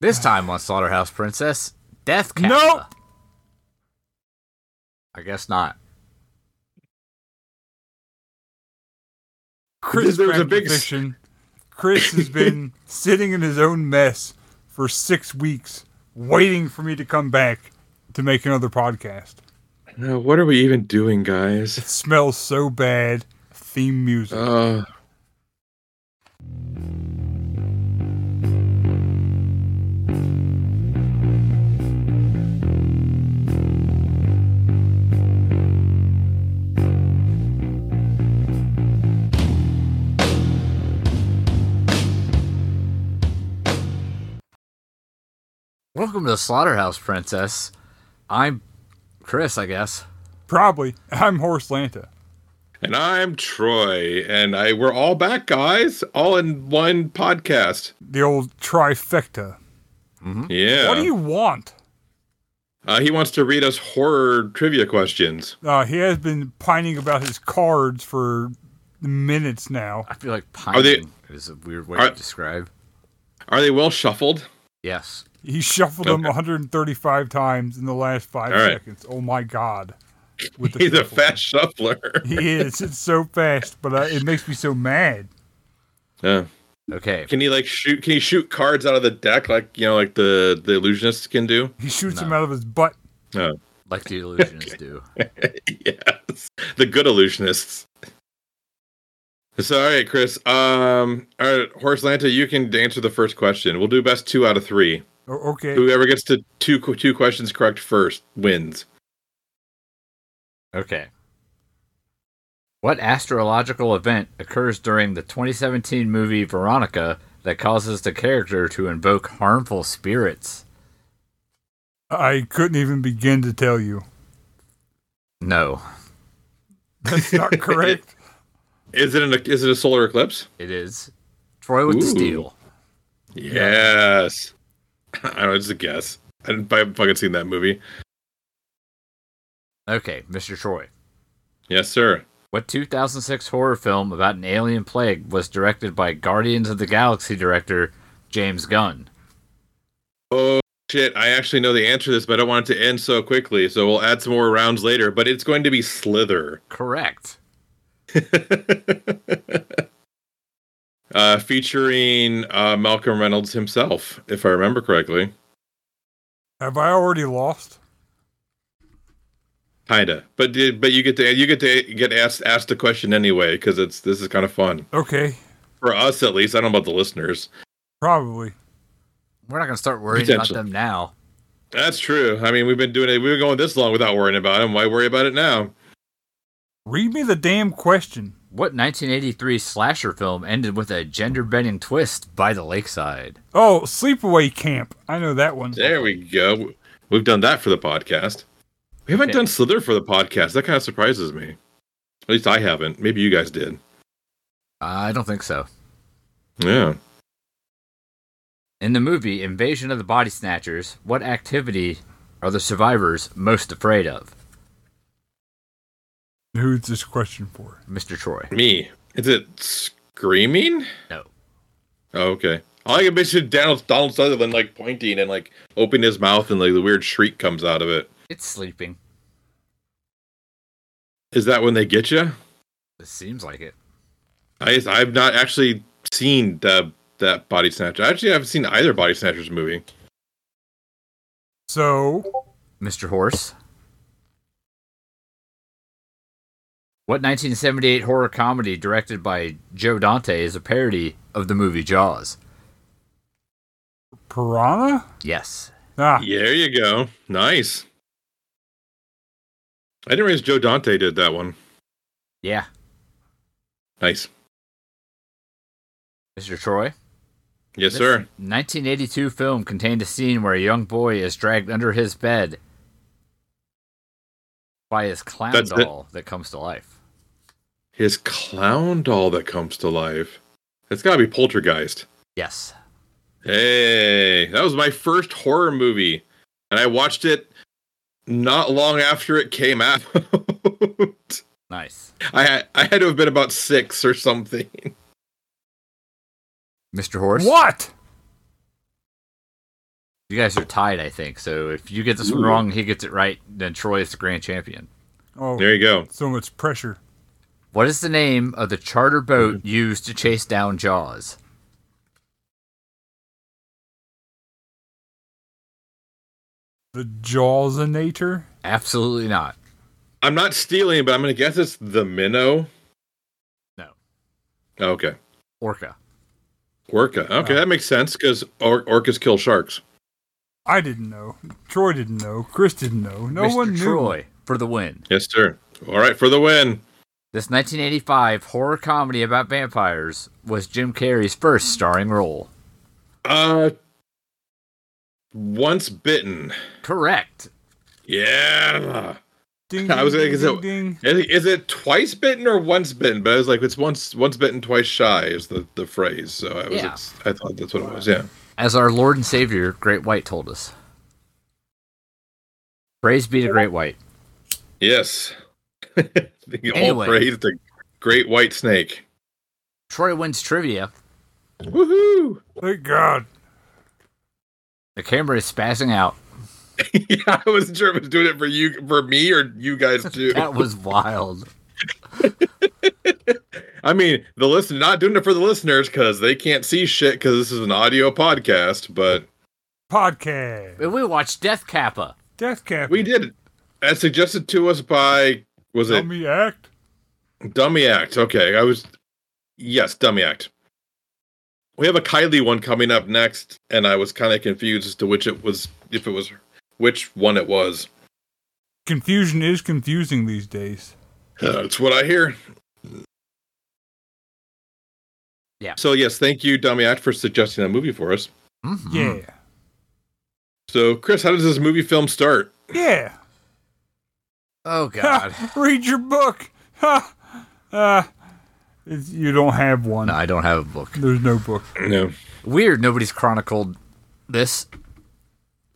This time on Slaughterhouse Princess, Death Kappa. Nope. I guess not. Chris There was a Pratt big- confession. Chris has been sitting in his own mess for six weeks, waiting for me to come back to make another podcast. No, Uh, what are we even doing, guys? It smells so bad. Theme music. Uh, Welcome to Slaughterhouse Princess. I'm Chris, I guess. Probably. I'm Horace Lanta. and I'm Troy, and I we're all back, guys, all in one podcast. The old trifecta. Yeah. What do you want? uh, he wants to read us horror trivia questions. Uh, he has been pining about his cards for minutes now. I feel like Are pining they- is a weird way are- to describe. Are they well shuffled? Yes. He shuffled them Okay. 135 times in the last five All right. seconds. Oh my god! With He's a shuffle. fast shuffler. He is. It's so fast, but uh, it makes me so mad. Yeah. Okay. Can he like shoot? Can he shoot cards out of the deck like you know, like the the illusionists can do? He shoots No. him out of his butt. No. Like the illusionists do. yes, the good illusionists. So, all right, Chris. Um, all right, Horse Lanta, you can answer the first question. We'll do best two out of three. O- Oh, Okay. Whoever gets to two two questions correct first wins. Okay. What astrological event occurs during the 2017 movie Veronica that causes the character to invoke harmful spirits? I couldn't even begin to tell you. No, That's not correct. Is it an is it a solar eclipse? it is Troy with the Ooh. Steel. Yes. I don't know, just a guess. I didn't I haven't fucking seen that movie. Okay, Mr. Troy. Yes, sir. What 2006 horror film about an alien plague was directed by Guardians of the Galaxy director James Gunn? Oh shit! I actually know the answer to this, but I don't want it to end so quickly. So we'll add some more rounds later. But it's going to be Slither. Correct. uh, featuring uh, Malcolm Reynolds himself, if I remember correctly. Have I already lost? Kinda, but did- but you get to you get to get asked asked the question anyway because it's this is kind of fun Okay. for us at least. I don't know about the listeners. Probably. We're not going to start worrying about Potential. them now. That's true. I mean, we've been doing it. We've been going this long without worrying about him. Why worry about it now? Read me the damn question. What 1983 slasher film ended with a gender bending twist by the lakeside? Oh, sleepaway camp. I know that one. There we go. We've done that for the podcast. We haven't Okay. done Slither for the podcast. That kind of surprises me. At least I haven't. Maybe you guys did. I don't think so. Yeah. In the movie Invasion of the Body Snatchers, what activity are the survivors most afraid of? Who's this question for? Mr. Troy. Me. Is it screaming? No. Oh, okay. I like it basically Donald, Donald Sutherland like pointing and like opening his mouth and like the weird shriek comes out of it. It's sleeping. Is that when they get you? It seems like it. I I've not actually seen the that Body Snatcher. I actually haven't seen either Body Snatchers movie. So, Mr. Horse. What 1978 horror comedy directed by Joe Dante is a parody of the movie Jaws? piranha? Yes. Ah, There you go. Nice. I didn't realize Joe Dante did that one. Yeah. Nice. Mr. Troy? Yes, This sir. 1982 film contained a scene where a young boy is dragged under his bed by his clown That's it. doll that comes to life. His clown doll that comes to life. It's got to be Poltergeist. Yes. Hey, that was my first horror movie, and I watched it not long after it came out. Nice. I had, I had to have been about six or something. Mr. Horse? what? You guys are tied, I think. So if you get this one wrong, he gets it right, then Troy is the grand champion. Oh, There you go. so much pressure. What is the name of the charter boat Mm-hmm. used to chase down Jaws? The Jawsinator? Absolutely not. I'm not stealing, but I'm gonna guess it's the minnow. No. Okay. Orca. Orca. Oh. Okay, that makes sense because or- orcas kill sharks. I didn't know. Troy didn't know. Chris didn't know. No Mr. one knew. Troy for the win. Yes, sir. All right, for the win. This 1985 horror comedy about vampires was Jim Carrey's first starring role. Uh, once bitten. Correct. Yeah. Ding, I was ding, like, is ding, it- ding. Is it, is it twice bitten or once bitten? But I was like, it's once once bitten, twice shy is the, the phrase. So I was Yeah. ex- I thought that's what it was. Yeah. As our Lord and Savior, Great White, told us. Praise be to Great White. Yes. the Anyway. old phrase, the great white snake. Troy wins trivia. Woohoo! Thank God. The camera is spazzing out. yeah, I wasn't sure if it was doing it for you, for me, or you guys too. That was wild. I mean, the listen, not doing it for the listeners because they can't see shit because this is an audio podcast. But Podcast. And we watched Death Kappa. Death Cap. we did, as suggested to us by was Let it me act. Dummy Act. Okay, I was. Yes, Dummy Act. We have a Kylie one coming up next, and I was kind of confused as to which it was, if it was, which one it was. Confusion is confusing these days. That's Uh, what I hear. Yeah. So yes, thank you, Dummy Act, for suggesting that movie for us. Mhm. Mm-hmm. Yeah. So, Chris, how does this movie film start? Yeah. Oh, God. Ha! Read your book. Ha! Uh, it's, you don't have one. no, I don't have a book. There's no book. No, Weird. Nobody's chronicled this.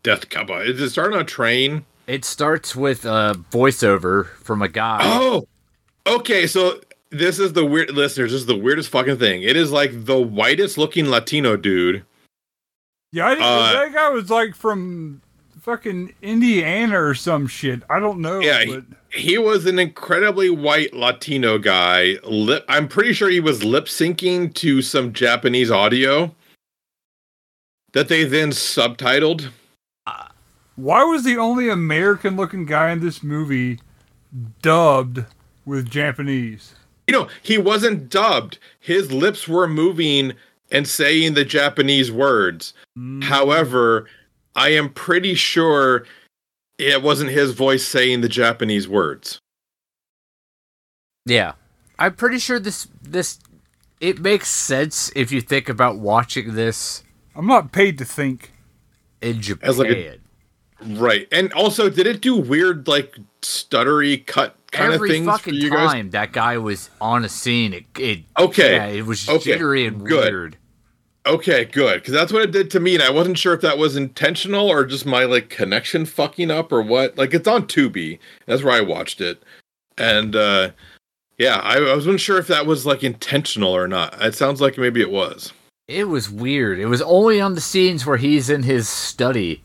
Death Kappa. Is it starting on a train? It starts with a voiceover from a guy. Oh, okay. So this is the weird listeners. This is the weirdest fucking thing. It is like the whitest looking Latino dude. Yeah, I didn't, Uh, that guy was like from fucking Indiana or some shit. I don't know. Yeah, he- but He was an incredibly white Latino guy. Lip, I'm pretty sure he was lip syncing to some Japanese audio that they then subtitled. why was the only American looking guy in this movie dubbed with Japanese? You know, he wasn't dubbed. His lips were moving and saying the Japanese words. Mm, However, I am pretty sure it wasn't his voice saying the Japanese words. Yeah. I'm pretty sure this this it makes sense if you think about watching this I'm not paid to think. in As like a Japan. Right. And also, did it do weird, like, stuttery cut kind Every of things for fucking you guys? time that guy was on a scene, it, it Okay. yeah, it was Okay. jittery and Good. weird. Okay, good. Because that's what it did to me. And I wasn't sure if that was intentional or just my, like, connection fucking up or what. Like, it's on Tubi. That's where I watched it. And, uh, yeah, I, I wasn't sure if that was, like, intentional or not. It sounds like maybe it was. It was weird. It was only on the scenes where he's in his study.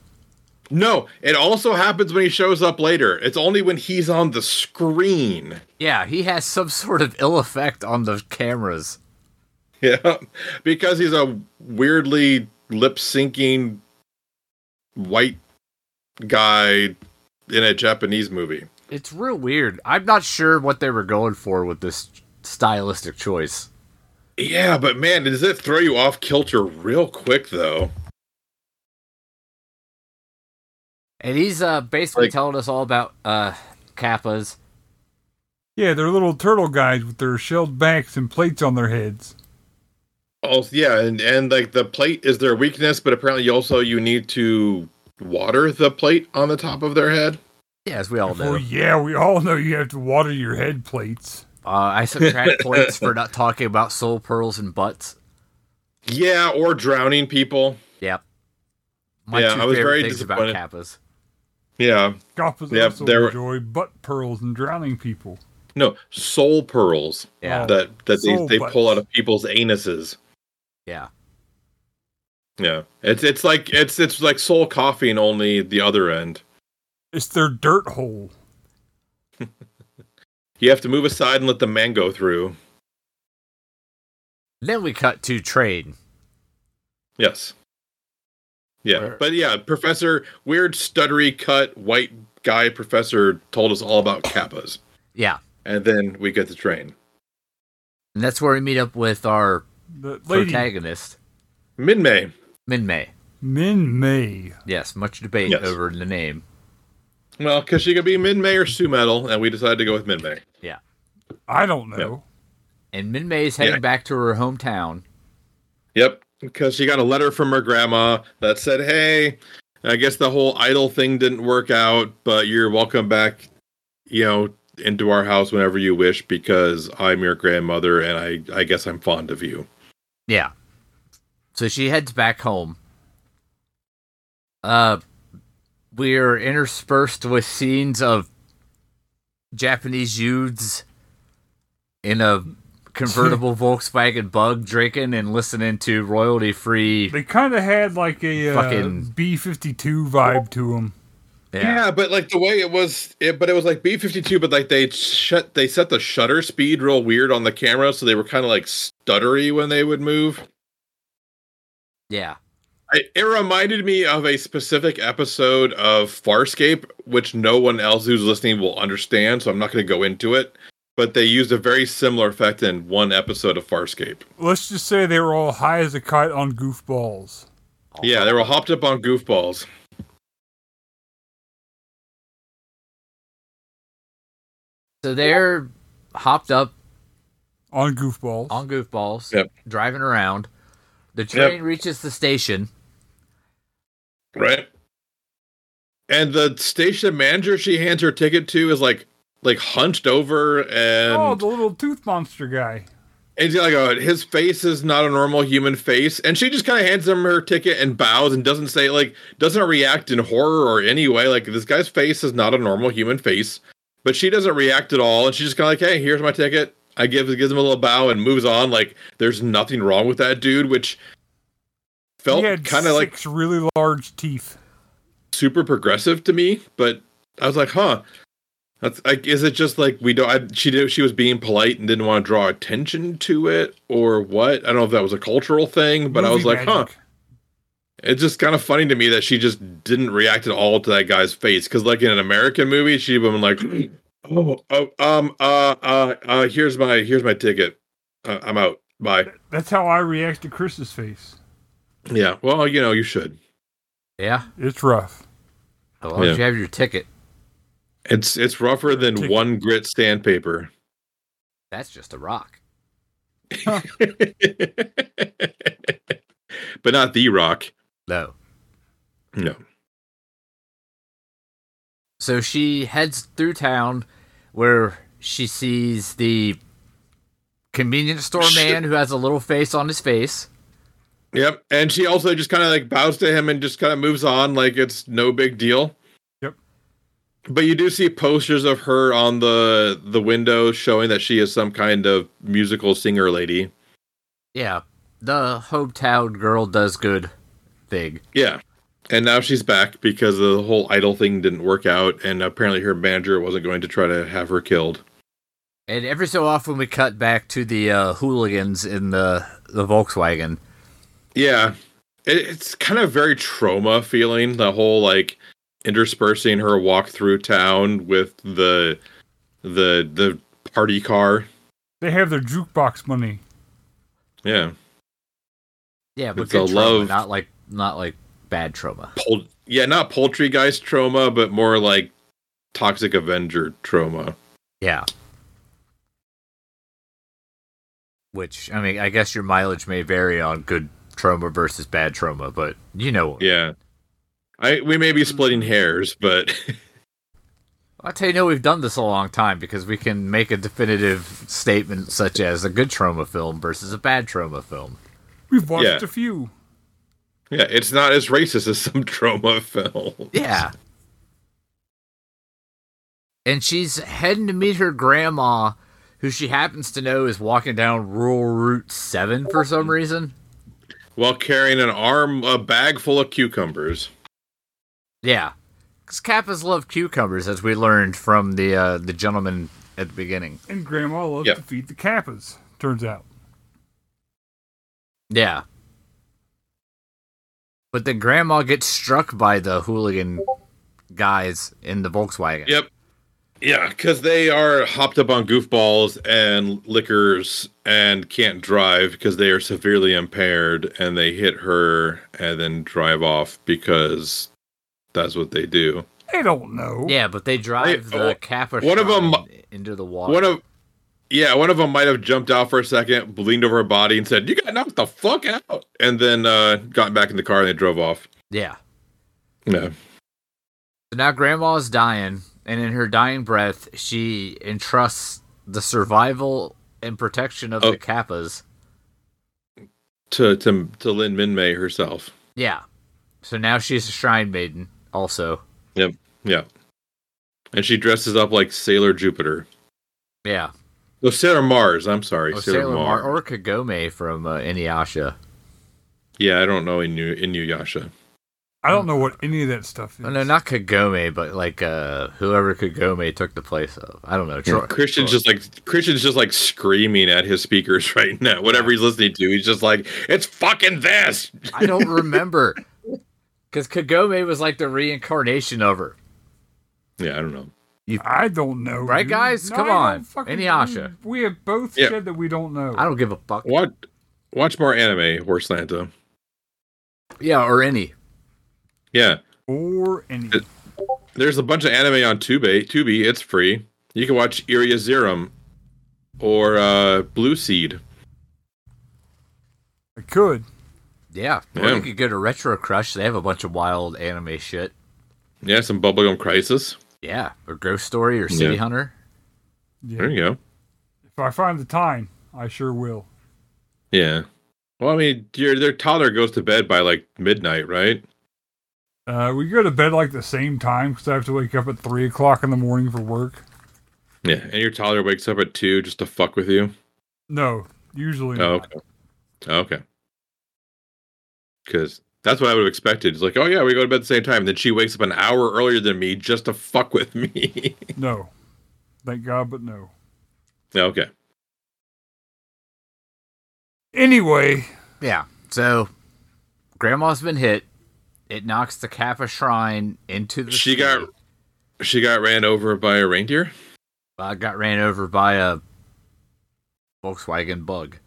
No, it also happens when he shows up later. It's only when he's on the screen. Yeah, he has some sort of ill effect on the cameras. Yeah, because he's a weirdly lip syncing white guy in a Japanese movie. It's real weird. I'm not sure what they were going for with this stylistic choice. Yeah, but man, does it throw you off kilter real quick though? And he's uh, basically Like- telling us all about uh, kappas. Yeah, they're little turtle guys with their shelled backs and plates on their heads. Oh yeah, and and like the plate is their weakness, but apparently also you need to water the plate on the top of their head. Yeah, as we all know. Well, yeah, we all know you have to water your head plates. Uh, I subtract points for not talking about soul pearls and butts. Yeah, or drowning people. Yep. My Yeah, two I was favorite very things about disappointed. kappas. Yeah. Goppas Yep, also there were- enjoy butt pearls and drowning people. No, soul pearls Yeah, Oh. that that they, Soul they pull butts. out of people's anuses. yeah. Yeah, it's it's like it's it's like Soul Coughing only the other end. It's their dirt hole. You have to move aside and let the man go through. Then we cut to trade. Yes. Yeah, Where- but yeah, Professor Weird Stuttery Cut White Guy Professor told us all about kappas, Yeah. and then we get the train. And that's where we meet up with our The lady protagonist, Mid May. Min May. Min May. Yes, much debate Yes. over the name. Well, because she could be Mid May or Sue Metal, and we decided to go with Mid May. I don't know. And Min May is heading Yeah. back to her hometown. Yep, because she got a letter from her grandma that said, "Hey, I guess the whole idol thing didn't work out, but you're welcome back, you know, into our house whenever you wish because I'm your grandmother and I I guess I'm fond of you." Yeah. So she heads back home. Uh we're interspersed with scenes of Japanese youths in a convertible Volkswagen bug drinking and listening to royalty free They kind of had like a uh, Fucking- B fifty two vibe to them. Yeah. but like the way it was, it, but it was like B fifty two, but like they shut they set the shutter speed real weird on the camera, so they were kind of like stuttery when they would move. Yeah. I, it reminded me of a specific episode of Farscape, which no one else who's listening will understand, so I'm not going to go into it. But they used a very similar effect in one episode of Farscape. Let's just say they were all high as a kite on goofballs. Yeah, they were hopped up on goofballs. So they're hopped up On goofballs. on goofballs, Yep. driving around. The train reaches the station. Right. And the station manager she hands her ticket to is like like hunched over and oh, the little tooth monster guy. And he's like, oh, his face is not a normal human face. And she just kind of hands him her ticket and bows and doesn't say, like, doesn't react in horror or any way. Like, this guy's face is not a normal human face. But she doesn't react at all. And she's just kind of like, hey, here's my ticket. I give gives him a little bow and moves on. Like, there's nothing wrong with that dude, which felt he had kind of like six really large teeth. super progressive to me. But I was like, huh. That's like, is it just like we don't? I, she did. She was being polite and didn't want to draw attention to it, or what? I don't know if that was a cultural thing, but I was like, huh. It's just kind of funny to me that she just didn't react at all to that guy's face. Because like in an American movie, she'd been like, oh, oh, um, uh, uh, uh, here's my here's my ticket. Uh, I'm out. Bye. huh. That's how I react to Chris's face. Yeah. Well, you know, you should. Yeah. It's rough. As long as Yeah. you have your ticket, It's it's rougher than Ticket. one grit sandpaper. that's just a rock. but not the rock. No. No. So she heads through town where she sees the convenience store man who has a little face on his face. Yep. And she also just kind of like bows to him and just kind of moves on like it's no big deal. Yep. But you do see posters of her on the the window showing that she is some kind of musical singer lady. Yeah. The hometown girl does good thing. Yeah. And now she's back because the whole idol thing didn't work out and apparently her manager wasn't going to try to have her killed. And every so often we cut back to the uh, hooligans in the, the Volkswagen. Yeah. It, it's kind of very trauma feeling, the whole like interspersing her walk through town with the the the party car. They have their jukebox money. Yeah. Yeah, but It's good a trauma, love- not like not like bad trauma. Pol- yeah, not poultrygeist trauma, but more like toxic avenger trauma. Yeah. Which I mean, I guess your mileage may vary on good trauma versus bad trauma, but you know, Yeah. I we may be splitting hairs, but I tell you, no, we've done this a long time because we can make a definitive statement such as a good trauma film versus a bad trauma film. We've watched Yeah. a few. yeah, it's not as racist as some trauma film. Yeah. And she's heading to meet her grandma, who she happens to know is walking down rural Route 7 for some reason. while carrying an arm a bag full of cucumbers. Yeah, because Kappas love cucumbers, as we learned from the uh, the gentleman at the beginning. And Grandma loved Yep. to feed the Kappas, turns out. Yeah, but then Grandma gets struck by the hooligan guys in the Volkswagen. Yep. Yeah, because they are hopped up on goofballs and liquors and can't drive because they are severely impaired and they hit her and then drive off because that's what they do. They don't know. Yeah, but they drive Hey, the oh, Kappa one of 'em- shrine into the water. One of yeah, one of them might have jumped out for a second, leaned over her body, and said, "You got knocked the fuck out," and then uh, got back in the car and they drove off. yeah. Yeah, So now grandma's dying, and in her dying breath, she entrusts the survival and protection of Oh. the Kappas. to to to Lynn Minmay herself. Yeah. So now she's a shrine maiden, also. Yeah, and she dresses up like Sailor Jupiter. Yeah. No, Oh, Sailor Mars. I'm sorry, Oh, Sailor, Sailor Mars. Mar or Kagome from uh, Inuyasha. yeah, I don't know Inu Inuyasha. I don't know what any of that stuff is. Oh, no, not Kagome, but like uh, whoever Kagome took the place of. I don't know. Troy, Christian's just like Christian's just like screaming at his speakers right now. Whatever he's listening to, he's just like, "It's fucking this." I don't remember. Because Kagome was like the reincarnation of her. Yeah, I don't know. I don't know. Right, dude. guys? No, Come I don't on. fucking- Inuyasha. We have both Yeah. said that we don't know. I don't give a fuck. Watch watch more anime, Horse Lanta. Yeah, or any. Yeah, or any. It- there's a bunch of anime on Tubi. Tubi, it's free. You can watch Iria Zerum or uh, Blue Seed. I could. Yeah. Or Yeah. you could go to Retro Crush. They have a bunch of wild anime shit. Yeah, some Bubblegum Crisis. Yeah. Or Ghost Story or City Yeah. Hunter. Yeah. There you go. If I find the time, I sure will. Yeah. Well, I mean, your their toddler goes to bed by like midnight, right? Uh, we go to bed like the same time because I have to wake up at three o'clock in the morning for work. Yeah. And your toddler wakes up at two just to fuck with you. No, usually. Oh, not. okay. Okay. Because that's what I would have expected. It's like, oh yeah, we go to bed at the same time. And then she wakes up an hour earlier than me just to fuck with me. No. Thank God, but no. okay. Anyway, Yeah. So grandma's been hit. It knocks the Kappa shrine into the She sea. got she got ran over by a reindeer. uh, got ran over by a Volkswagen bug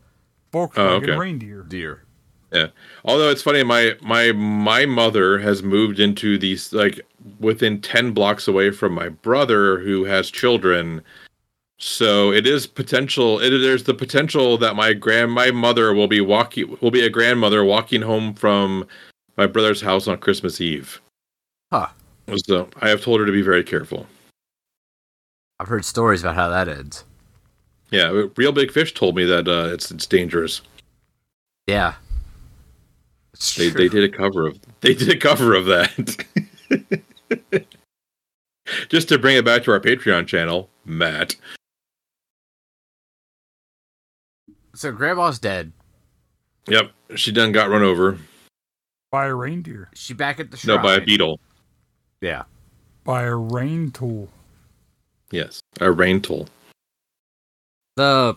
Volkswagen Oh, okay. reindeer. deer. Although it's funny, my my my mother has moved into these like within ten blocks away from my brother who has children. So it is potential. It, there's the potential that my grand my mother will be walking will be a grandmother walking home from my brother's house on Christmas Eve. Huh. So I have told her to be very careful. I've heard stories about how that ends. Yeah, real big fish told me that uh, it's it's dangerous. Yeah. It's They, true. they did a cover of they did a cover of that. Just to bring it back to our Patreon channel, Matt. So grandma's dead. Yep, she done got run over. By a reindeer. She back at the No, shrine. by a beetle. Yeah. By a rain tool. Yes, a rain tool. The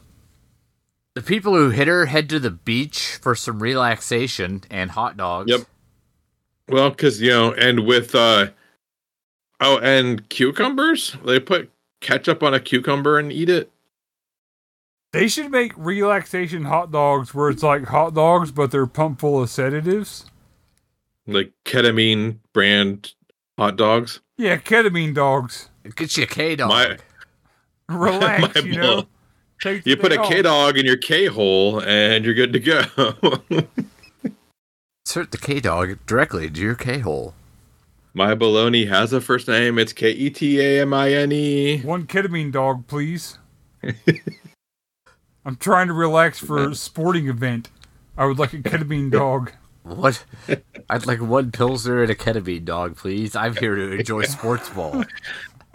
the people who hit her head to the beach for some relaxation and hot dogs. Yep. Well, because you know, and with uh oh, and cucumbers. They put ketchup on a cucumber and eat it. They should make relaxation hot dogs where it's like hot dogs, but they're pumped full of sedatives. Like ketamine brand hot dogs. Yeah, ketamine dogs. Get you a K dog. My- Relax, My you know. ball. Take You the put day a off. K dog in your K hole, and you're good to go. Insert the K dog directly into your K hole. My baloney has a first name. It's K E T A M I N E. One ketamine dog, please. I'm trying to relax for a sporting event. I would like a ketamine dog. What? I'd like one Pilsner and a ketamine dog, please. I'm here to enjoy sports ball.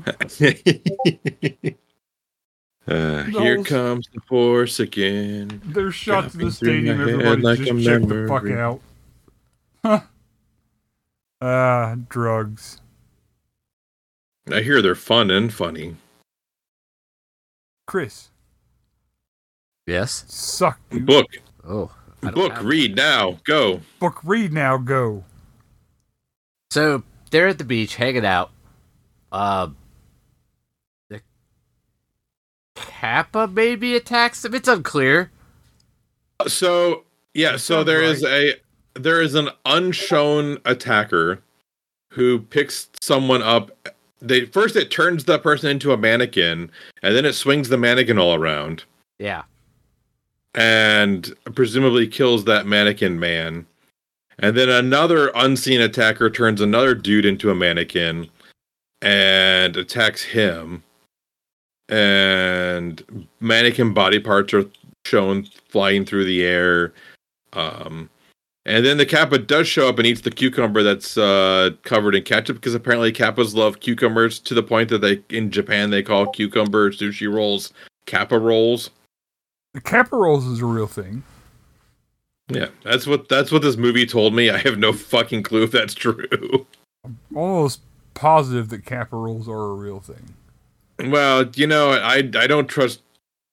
Uh, here Those- comes the force again. They're shot to Dropping the through stadium. my head Everybody like just I'm check never the fuck free. out. Huh. Ah, drugs. I hear they're fun and funny. Chris, Yes. suck, dude. Book, Oh. I don't book, have- read now. Go. Book read now, go. So they're at the beach hanging out. Uh, the Kappa maybe attacks them. It's unclear. So yeah, so sounds there is a there is an unshown attacker who picks someone up. They first it turns the person into a mannequin, and then it swings the mannequin all around. Yeah. and presumably kills that mannequin man. And then another unseen attacker turns another dude into a mannequin and attacks him. And mannequin body parts are shown flying through the air. Um, and then the Kappa does show up and eats the cucumber that's uh, covered in ketchup because apparently Kappas love cucumbers to the point that they in Japan they call cucumber sushi rolls Kappa rolls. The Kappa rolls is a real thing. Yeah, that's what that's what this movie told me. I have no fucking clue if that's true. Almost positive that Kappa rolls are a real thing. Well, you know, I I don't trust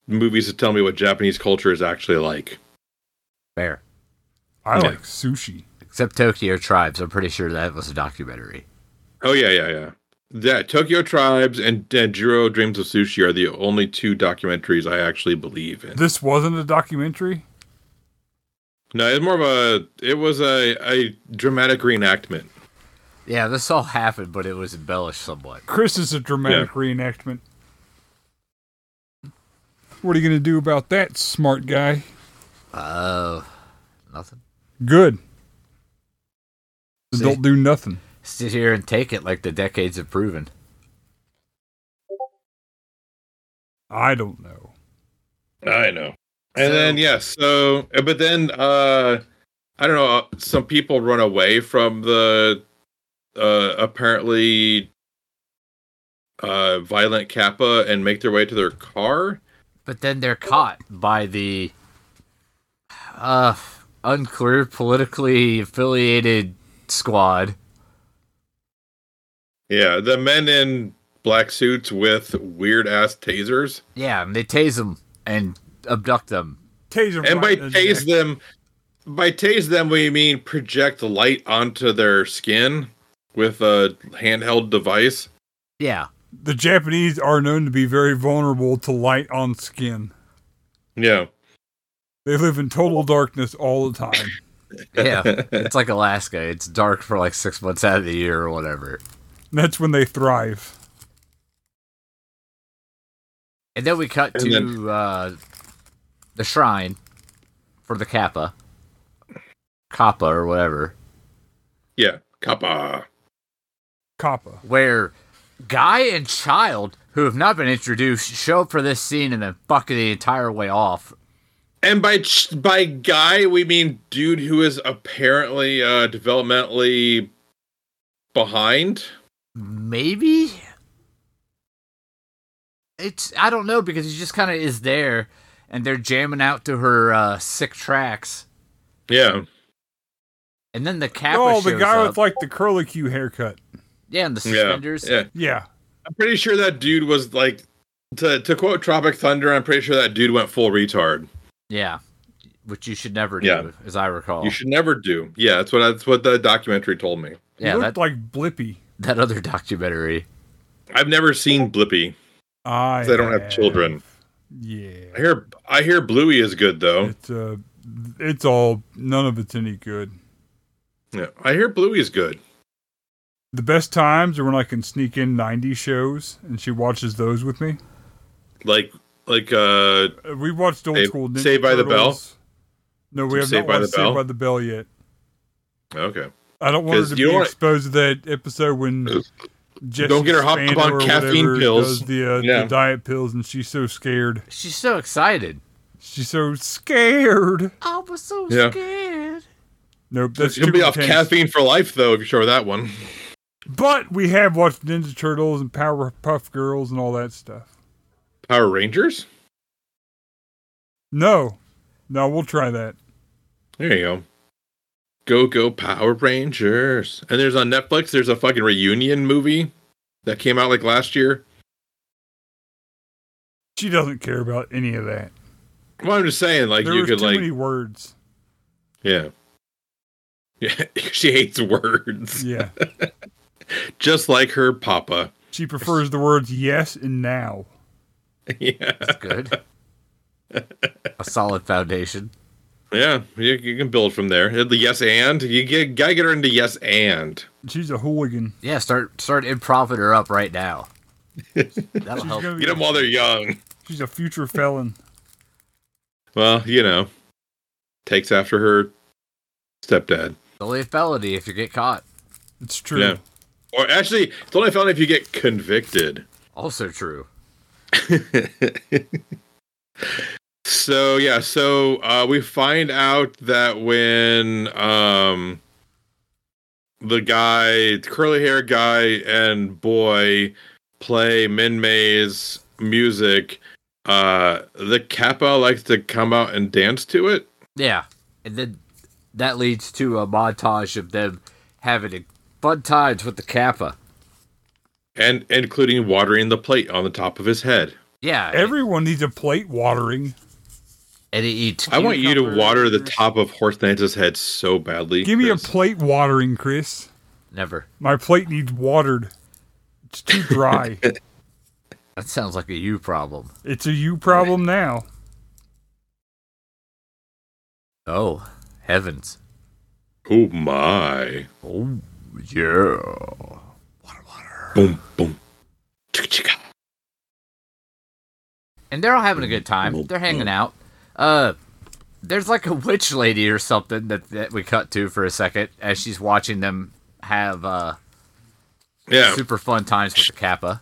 movies to tell me what Japanese culture is actually like. Fair. I Yeah. like sushi. Except Tokyo Tribes. I'm pretty sure that was a documentary. Oh yeah, yeah, yeah. That Tokyo Tribes and, and Jiro Dreams of Sushi are the only two documentaries I actually believe in. This wasn't a documentary. No, it's more of a it was a a dramatic reenactment. Yeah, this all happened, but it was embellished somewhat. Chris is a dramatic reenactment. What are you going to do about that, smart guy? Oh, nothing. Good. See? Don't do nothing. Sit here and take it like the decades have proven. I don't know. I know. And So- then yeah, so but then uh I don't know, uh, some people run away from the uh apparently uh violent kappa and make their way to their car. But then they're caught by the uh unclear politically affiliated squad. Yeah, the men in black suits with weird ass tasers. Yeah, and they tase them and abduct them. Taser And by right in the neck. tase them by tase them we mean project light onto their skin with a handheld device. Yeah. the Japanese are known to be very vulnerable to light on skin. Yeah. They live in total darkness all the time. Yeah. it's like Alaska. It's dark for like 6 months out of the year or whatever. And that's when they thrive. And then we cut And to then- uh the shrine for the Kappa. Kappa or whatever. Yeah. Kappa. Kappa. where guy and child who have not been introduced show up for this scene and then fuck the entire way off. And by ch- by guy, we mean dude who is apparently uh, developmentally behind. Maybe it's I don't know because he just kind of is there, and they're jamming out to her uh, sick tracks, Yeah, and then the Kappa Oh, the shows guy up. with like the curlicue haircut. yeah, and the yeah, suspenders. yeah. Yeah. I'm pretty sure that dude was like, to to quote Tropic Thunder, I'm pretty sure that dude went full retard. Yeah. which you should never do, Yeah. as I recall. You should never do. Yeah, that's what that's what the documentary told me. He yeah, looked that, like Blippy. that other documentary. I've never seen Blippy. I, 'Cause I don't have children. I Yeah. hear I hear Bluey is good though. It's uh it's all none of it's any good. Yeah, I hear Bluey is good. The best times are when I can sneak in 90 shows and she watches those with me. Like like uh Uh, We watched old Saved- school Ninja Saved by the Bell? Turtles. No, we have not Saved by the watched Saved Bell? by the Bell yet. okay. I don't want 'Cause her to you be don't wanna- exposed to that episode when Jesse Don't get her hopped up Spano on or caffeine whatever pills. Does the, uh, Yeah. the diet pills, and she's so scared. She's so excited. She's so scared. I was so Yeah. scared. Nope, that's She'll too be off intense. caffeine for life though if you show her that one. But we have watched Ninja Turtles and Powerpuff Girls and all that stuff. Power Rangers? No, no, we'll try that. There you go. Go go Power Rangers. And there's on Netflix there's a fucking reunion movie that came out like last year. She doesn't care about any of that. Well, I'm just saying like there you was could too like many words. yeah. Yeah, she hates words. Yeah, Just like her papa. she prefers the words yes and now. yeah. That's good. a solid foundation. Yeah, you, you can build from there. The yes and you get gotta get her into yes and. She's a hooligan. Yeah, start start improving her up right now. That'll She's help. gonna Get them be, while they're young. she's a future felon. Well, you know, takes after her stepdad. It's only a felony if you get caught. It's true. Yeah. Or actually, it's only found if you get convicted. Also true. so yeah, so uh, we find out that when um, the guy, curly hair guy, and boy play Min May's music, uh, the Kappa likes to come out and dance to it. Yeah, and then that leads to a montage of them having a- fun times with the kappa. and including watering the plate on the top of his head. Yeah, Everyone needs a plate watering. and he eats. I want you to cucumbers. water the top of Horse Lance's head so badly. Give me a Chris. plate watering, Chris. Never. My plate needs watered. It's too dry. That sounds like a you problem. it's a you problem now. Oh, heavens. Oh my! Oh, yeah. Boom boom. Chicka, chicka. And they're all having a good time. Mm-hmm. They're hanging out. Uh, there's like a witch lady or something that, that we cut to for a second as she's watching them have uh, Yeah, super fun times with the kappa.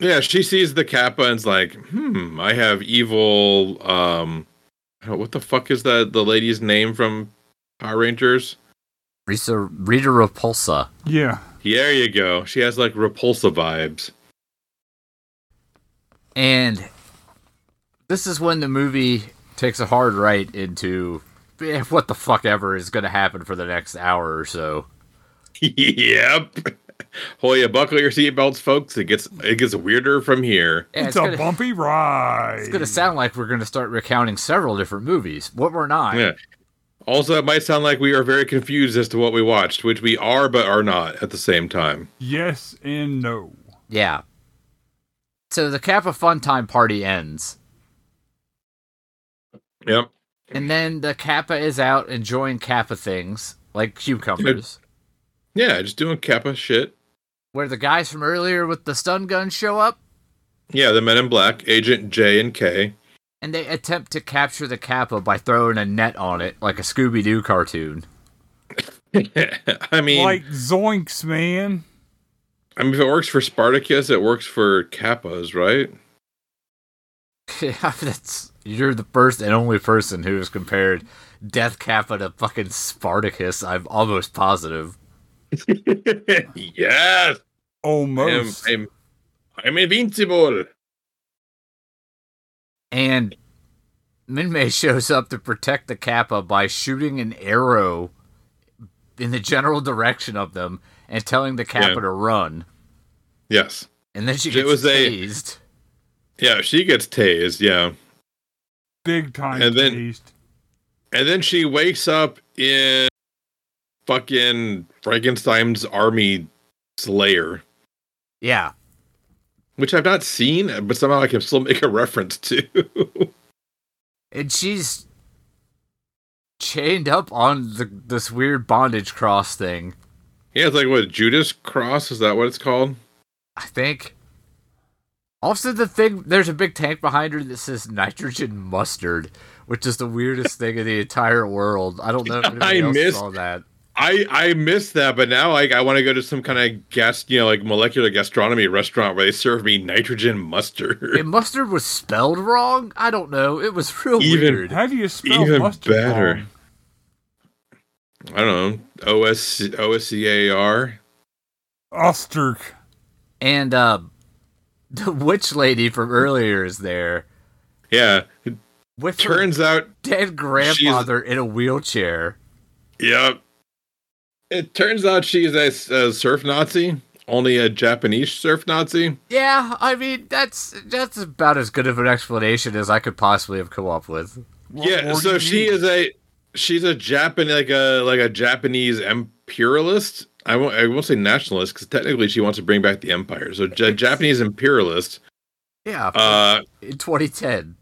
yeah. She sees the kappa and's like, "Hmm, I have evil." Um, I don't know, what the fuck is that? The lady's name from Power Rangers. Risa, Rita Repulsa. Yeah. There you go. She has like repulsa vibes. And this is when the movie takes a hard right into eh, what the fuck ever is going to happen for the next hour or so. yep. Well, yeah, buckle your seatbelts, folks. It gets it gets weirder from here. Yeah, it's, it's a gonna- bumpy ride. It's gonna sound like we're gonna start recounting several different movies. What we're not. Yeah. Also, it might sound like we are very confused as to what we watched, which we are but are not at the same time. yes and no. Yeah. So the Kappa Fun Time party ends, Yep. and then the Kappa is out enjoying Kappa things like cucumbers. Yeah, just doing Kappa shit. Where the guys from earlier with the stun gun show up, Yeah, the Men in Black, Agent J and K. and they attempt to capture the Kappa by throwing a net on it, like a Scooby Doo cartoon. I mean, like zoinks, man. I mean, if it works for Spartacus, it works for Kappas, right? That's you're the first and only person who has compared Death Kappa to fucking Spartacus. I'm almost positive. yes, I'm, Almost. I'm, I'm invincible. And Minmay shows up to protect the Kappa by shooting an arrow in the general direction of them and telling the Kappa Yeah. to run. Yes, And then she It gets was a- tased. yeah, she gets tased. Yeah, Big time And then- taste. and then she wakes up in fucking Frankenstein's army slayer. Yeah. which I've not seen, but somehow I can still make a reference to. And she's chained up on the, this weird bondage cross thing, yeah, it's like what Judas Cross is that what it's called? I think. Also, the thing, there's a big tank behind her that says nitrogen mustard, which is the weirdest thing in the entire world. I don't know if I anybody else missed- saw that. I I missed that, but now like I want to go to some kind of guest, you know, like molecular gastronomy restaurant where they serve me nitrogen mustard. And mustard was spelled wrong. I don't know. It was real Even- weird. How do you spell Even mustard? better. wrong? I don't know, O S O S C A R. Osterk. And uh, the witch lady from earlier is there Yeah. with her Hmm. Turns out, dead grandfather in a wheelchair. yep. It turns out she's a, s- a surf Nazi, only a Japanese surf Nazi. Yeah, I mean that's that's about as good of an explanation as I could possibly have come up with. What yeah. more do So you she need? is a she's a Japan like a like a Japanese imperialist. I won't I won't say nationalist because technically she wants to bring back the empire. So J- Japanese imperialist. Yeah, Uh, in 2010.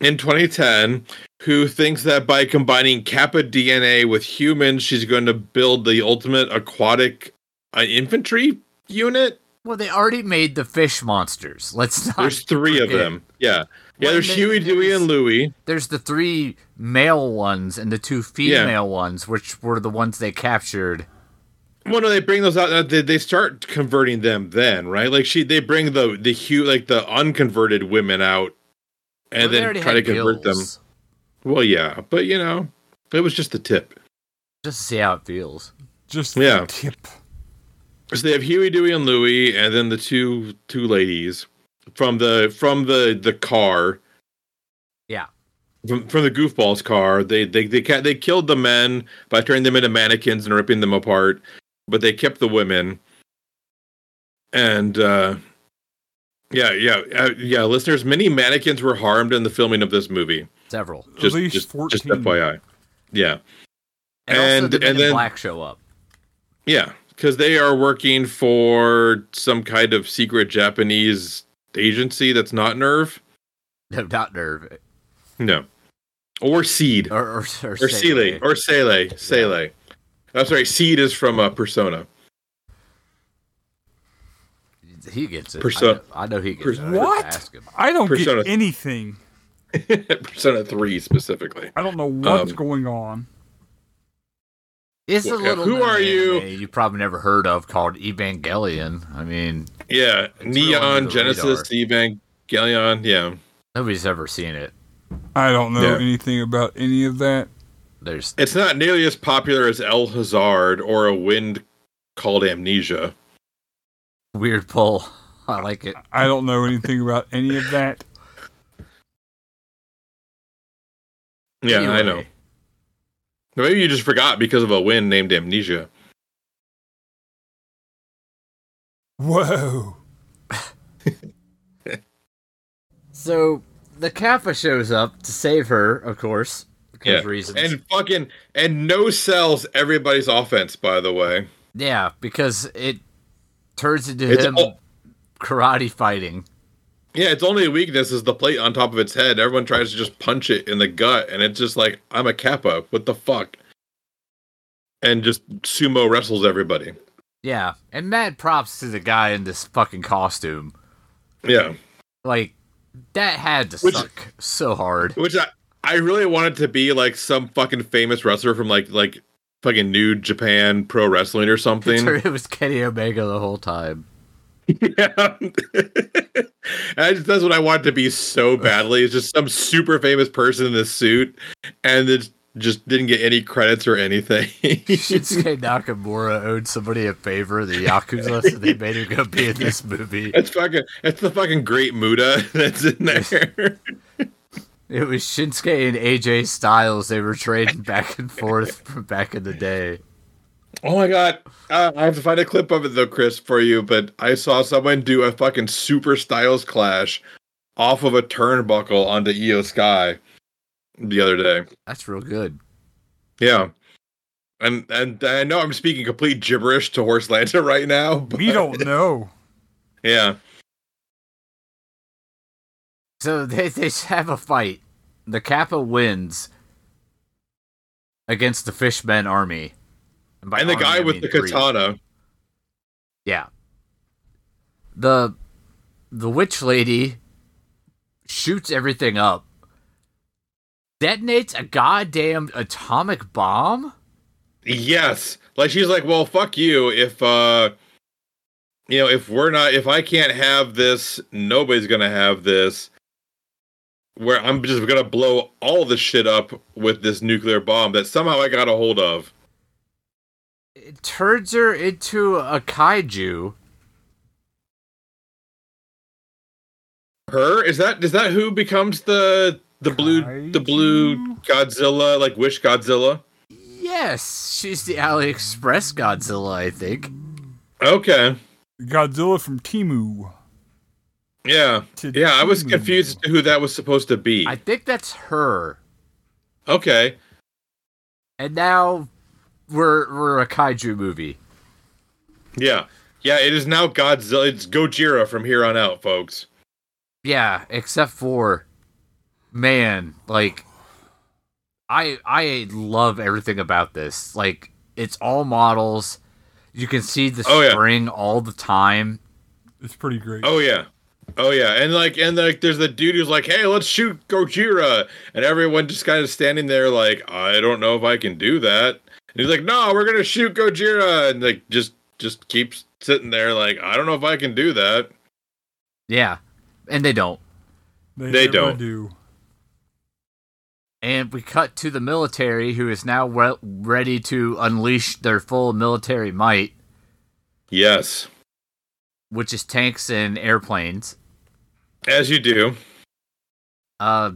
in 2010 who thinks that by combining kappa DNA with humans, she's going to build the ultimate aquatic uh, infantry unit. Well, they already made the fish monsters. Let's not. There's three of forget. them. Yeah. Yeah, When there's they- Huey, Dewey, and Louie. There's the three male ones and the two female ones, which were the ones they captured. Well, no, they bring those out. uh, They, they start converting them then, right? Like she, they bring the the Hue, like the unconverted women out, and Well, they then already try to had convert gills, them. Well, yeah, but you know, it was just the tip. Just to see how it feels. Just Yeah. the tip. So they have Huey, Dewey, and Louie, and then the two two ladies from the from the the car. Yeah. From, from the goofballs car, they they they ca- they killed the men by turning them into mannequins and ripping them apart, but they kept the women. And uh, yeah, yeah, uh, yeah. Listeners, many mannequins were harmed in the filming of this movie. Several. Just At least just, 14. just FYI. Yeah. And, also And- the men and in then- black show up. Yeah, because they are working for some kind of secret Japanese agency that's not Nerve. No, not nerve. No, or Seed Or or, or, Sele. or Sele or Sele Sele. I'm sorry, Seed is from uh, Persona. he gets it. Perso- I, know, I know he gets Pers- it. I didn't What? ask him. I don't Persona. get anything. Persona Three specifically. I don't know what's Um, going on. It's a Wh- little. who known are you? anime You probably never heard of called Evangelion. I mean, Yeah, It's real under Neon the Genesis Evangelion. Yeah, nobody's ever seen it. I don't know Yeah. anything about any of that. There's it's not nearly as popular as El Hazard or a Wind called Amnesia. weird pull. I like it. I don't know anything about any of that. Yeah, I know. Anyway, Maybe you just forgot because of a wind named Amnesia. Whoa. So the Kappa shows up to save her, of course, because reasons. And fucking and no sells everybody's offense, by the way. yeah, because it turns into It's him all- karate fighting. Yeah, its only weakness is the plate on top of its head. Everyone tries to just punch it in the gut, and it's just like, I'm a kappa. What the fuck? And just sumo wrestles everybody. Yeah, and mad props to the guy in this fucking costume. Yeah. Like that had to Which- suck so hard. Which I, I really wanted to be like some fucking famous wrestler from like like fucking New Japan Pro Wrestling or something. it was Kenny Omega the whole time. Yeah. I just, that's what I want to be so badly. It's just some super famous person in this suit, and it just didn't get any credits or anything. Shinsuke Nakamura owed somebody a favor, the Yakuza, so they made him go be in this movie. it's fucking. It's the fucking great Muda that's in there. It was Shinsuke and AJ Styles. They were trading back and forth from back in the day. oh my god! Uh, I have to find a clip of it though, Chris, for you. But I saw someone do a fucking super Styles clash off of a turnbuckle onto Io Sky the other day. That's real good. Yeah. And and I know I'm speaking complete gibberish to Horse Lanta right now. But We don't know. Yeah. So they, they have a fight. The Kappa wins against the Fishman Army. by And the army, guy I with mean the three. katana. Yeah. The the witch lady shoots everything up. Detonates a goddamn atomic bomb? Yes. Like she's like, well, fuck you. If uh you know, if we're not if I can't have this, nobody's gonna have this. Where I'm just gonna blow all the shit up with this nuclear bomb that somehow I got a hold of. It turns her into a kaiju. Her is that is that who becomes the the blue the blue Godzilla like Wish Godzilla? Yes, she's the AliExpress Godzilla, I think. Okay. Godzilla from Timu. Yeah. To Yeah, I was Timu. confused as to who that was supposed to be. I think that's her. Okay. And now we're we're a kaiju movie. Yeah. Yeah, it is now Godzilla. It's Gojira from here on out, folks. Yeah, except for man, like I I love everything about this. Like it's all models. You can see the Oh, yeah. spring all the time. It's pretty great. Oh yeah. Oh yeah. And like and like there's the dude who's like, "Hey, let's shoot Gojira." And everyone just kind of standing there like, "I don't know if I can do that." And he's like, "No, we're going to shoot Gojira." And like just just keeps sitting there like, "I don't know if I can do that." Yeah. And they don't. they never don't. do. And we cut to the military who is now re- ready to unleash their full military might, Yes. which is tanks and airplanes. As you do. Uh,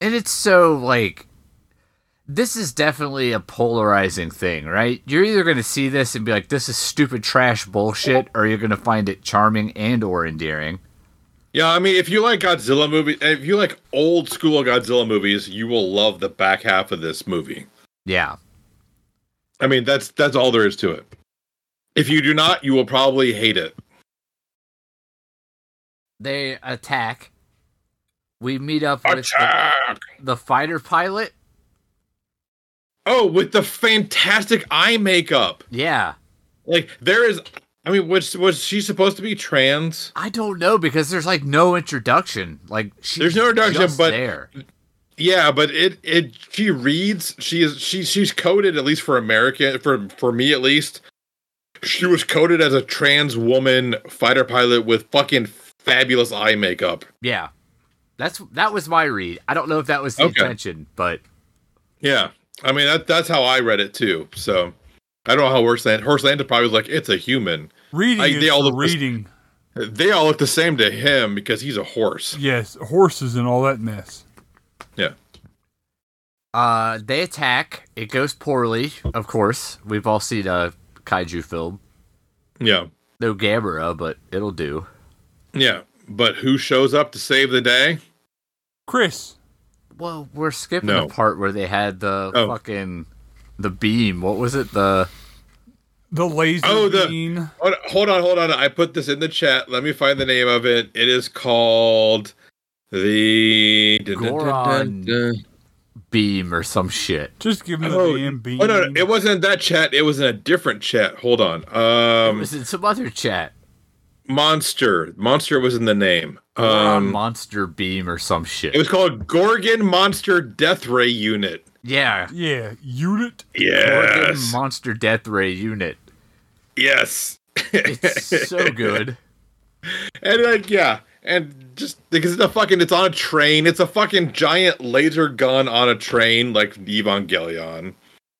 and it's so like this is definitely a polarizing thing, right? You're either going to see this and be like, "This is stupid trash bullshit," or you're going to find it charming and or endearing. Yeah, I mean, if you like Godzilla movies, if you like old school Godzilla movies, you will love the back half of this movie. Yeah, I mean, that's that's all there is to it. If you do not, you will probably hate it. they attack. We meet up with the, Attack! the fighter pilot. Oh, with the fantastic eye makeup. Yeah, Like there is I mean, was was she supposed to be trans? I don't know because there's like no introduction. Like she's There's no introduction, just but- there. Yeah, but it it she reads she is she she's coded at least for American for for me at least. She was coded as a trans woman fighter pilot with fucking fabulous eye makeup. Yeah, that's that was my read. I don't know if that was the Okay. intention, but Yeah, I mean that that's how I read it too. So I don't know how Horse Land Horse Land probably was like it's a human. Reading I- is they all for look the s- reading. They all look the same to him because he's a horse. Yes, horses and all that mess. Yeah. Uh, they attack. It goes poorly, of course. We've all seen a kaiju film. Yeah. No Gamera, but it'll do. Yeah. But who shows up to save the day? Chris, Well, we're skipping No. the part where they had the Oh. fucking the beam. What was it? The the laser Oh, the- beam. Hold hold on, hold on. I put this in the chat. Let me find the name of it. It is called the Goron. beam or some shit. Just give me the Oh, damn beam. Oh no, no, it wasn't that chat. It was in a different chat. Hold on. It Um, was in some other chat. monster. Monster was in the name. Goron Um, monster beam or some shit. It was called Gorgon Monster Death Ray Unit. yeah. Yeah, unit. Gorgon monster death ray unit. yes. It's so good. And like, yeah, and just because it's a fucking, it's on a train. It's a fucking giant laser gun on a train, like Evangelion.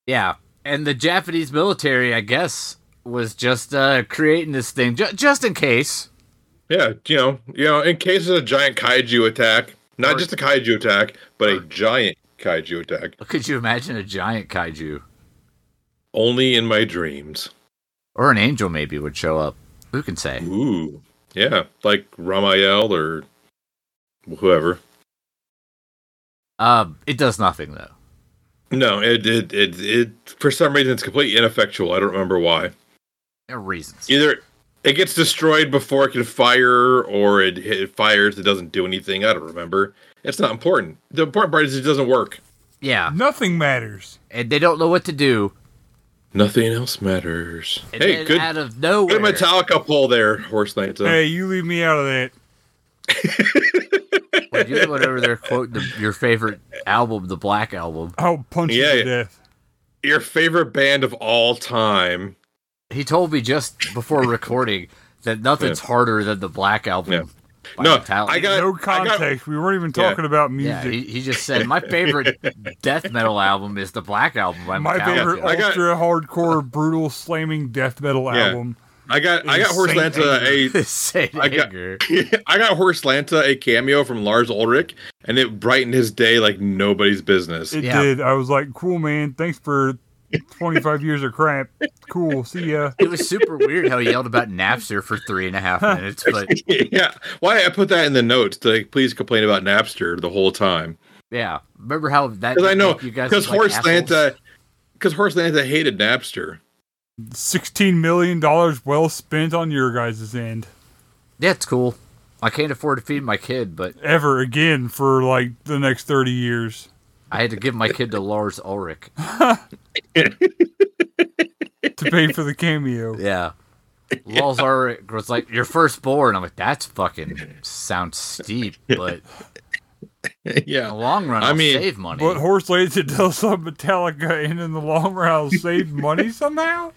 Yeah, and the Japanese military, I guess, was just uh, creating this thing ju- just in case. Yeah, you know, you know, in case of a giant kaiju attack, not Or- just a kaiju attack, but a giant kaiju attack. Could you imagine a giant kaiju Only in my dreams. or an angel maybe would show up? Who can say? Ooh, yeah, like Ramael or whoever. Um, it does nothing though. No, it it it it for some reason it's completely ineffectual. I don't remember why. There are reasons. either it gets destroyed before it can fire or it, it fires it doesn't do anything i don't remember it's not important the important part is it doesn't work Yeah, Nothing matters. and they don't know what to do. nothing else matters And hey then good out of good nowhere, metallica pull there horse knight though. Hey, you leave me out of that. when you went over there quoting the, your favorite album, the Black Album, I'll punch Yeah, you to yeah. death. your favorite band of all time he told me just before recording that nothing's harder than the Black Album. Yeah. by no Metallica. i got No I got- context. we weren't even talking about Yeah, music. he, he just said my favorite death metal album is the Black Album by My Metallica. favorite I got- ultra hardcore, brutal, slamming death metal Yeah. album. I got I got Horse Insane Lanta a Saint I got- Anger. I got Horse Lanta a cameo from Lars Ulrich, and it brightened his day like nobody's business. It Yeah. did. I was like, cool, man. Thanks for 25 years of crap. Cool. See ya. It was super weird how he yelled about Napster for three and a half minutes, but yeah, why I put that in the notes to like, please complain about Napster the whole time yeah. Remember how that? because I know you guys because look like Horse assholes? Lanta because Horse Lanta hated Napster. 16 million dollars well spent on your guys' end. Yeah, it's cool. I can't afford to feed my kid, but Ever again for like the next 30 years. I had to give my kid to Lars Ulrich. to pay for the cameo. Yeah. Lars Ulrich was like, "Your firstborn." I'm like, "That's fucking sounds steep, but in the yeah, long run, I I will mean, save money." But Horse Lanta does on Metallica and in the long run I'll save money somehow?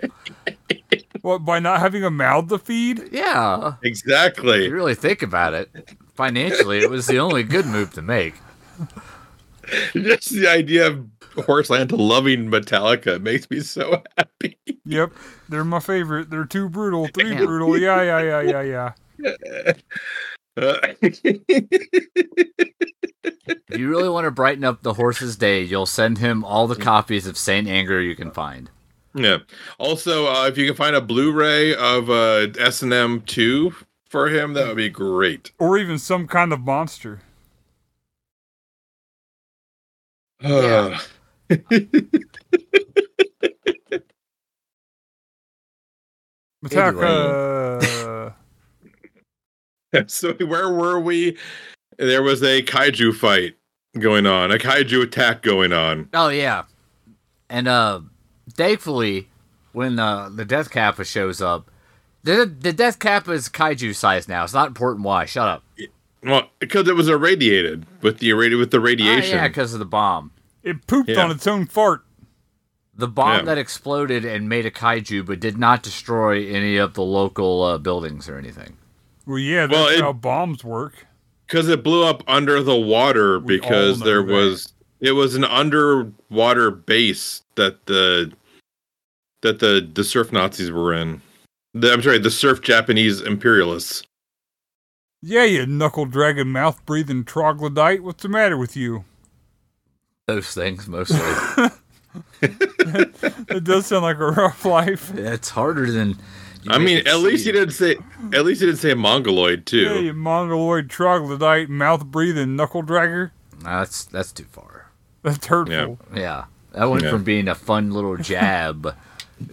what, by not having a mouth to feed? yeah, if exactly. you really think about it, financially, it was the only good move to make. Just the idea of Horse Lanta loving Metallica makes me so happy. Yep. They're my favorite. They're too brutal. Three Yeah. brutal. Yeah, yeah, yeah, yeah, yeah. Uh, If you really want to brighten up the horse's day, you'll send him all the copies of Saint Anger you can find. yeah. Also, uh, if you can find a Blu-ray of uh, S and M two for him, that would be great. Or even some kind of monster. Yeah. Metallica. uh, so where were we? There was a kaiju fight going on, a kaiju attack going on. Oh yeah, and uh, thankfully, when uh, the Death Kappa shows up, the the Death Kappa is kaiju size now. It's not important why. Shut up. Well, because it was irradiated with the irradiated with the Ah, radiation. yeah, because of the bomb. it pooped Yeah. on its own fart. The bomb Yeah. that exploded and made a kaiju, but did not destroy any of the local uh, buildings or anything. Well, yeah, that's Well, it- how bombs work. Because it blew up under the water We all because know there that. was it was an underwater base that the that the the surf Nazis were in. The, I'm sorry, the surf Japanese imperialists. Yeah, you knuckle dragging, mouth breathing troglodyte. What's the matter with you? Those things mostly. It does sound like a rough life. it's harder than. you I make mean, it at least he seem. didn't say at least he didn't say mongoloid Yeah, too. you mongoloid troglodyte, mouth breathing knuckle dragger. Nah, that's that's too far. That's hurtful. Yeah, that went Yeah. from being a fun little jab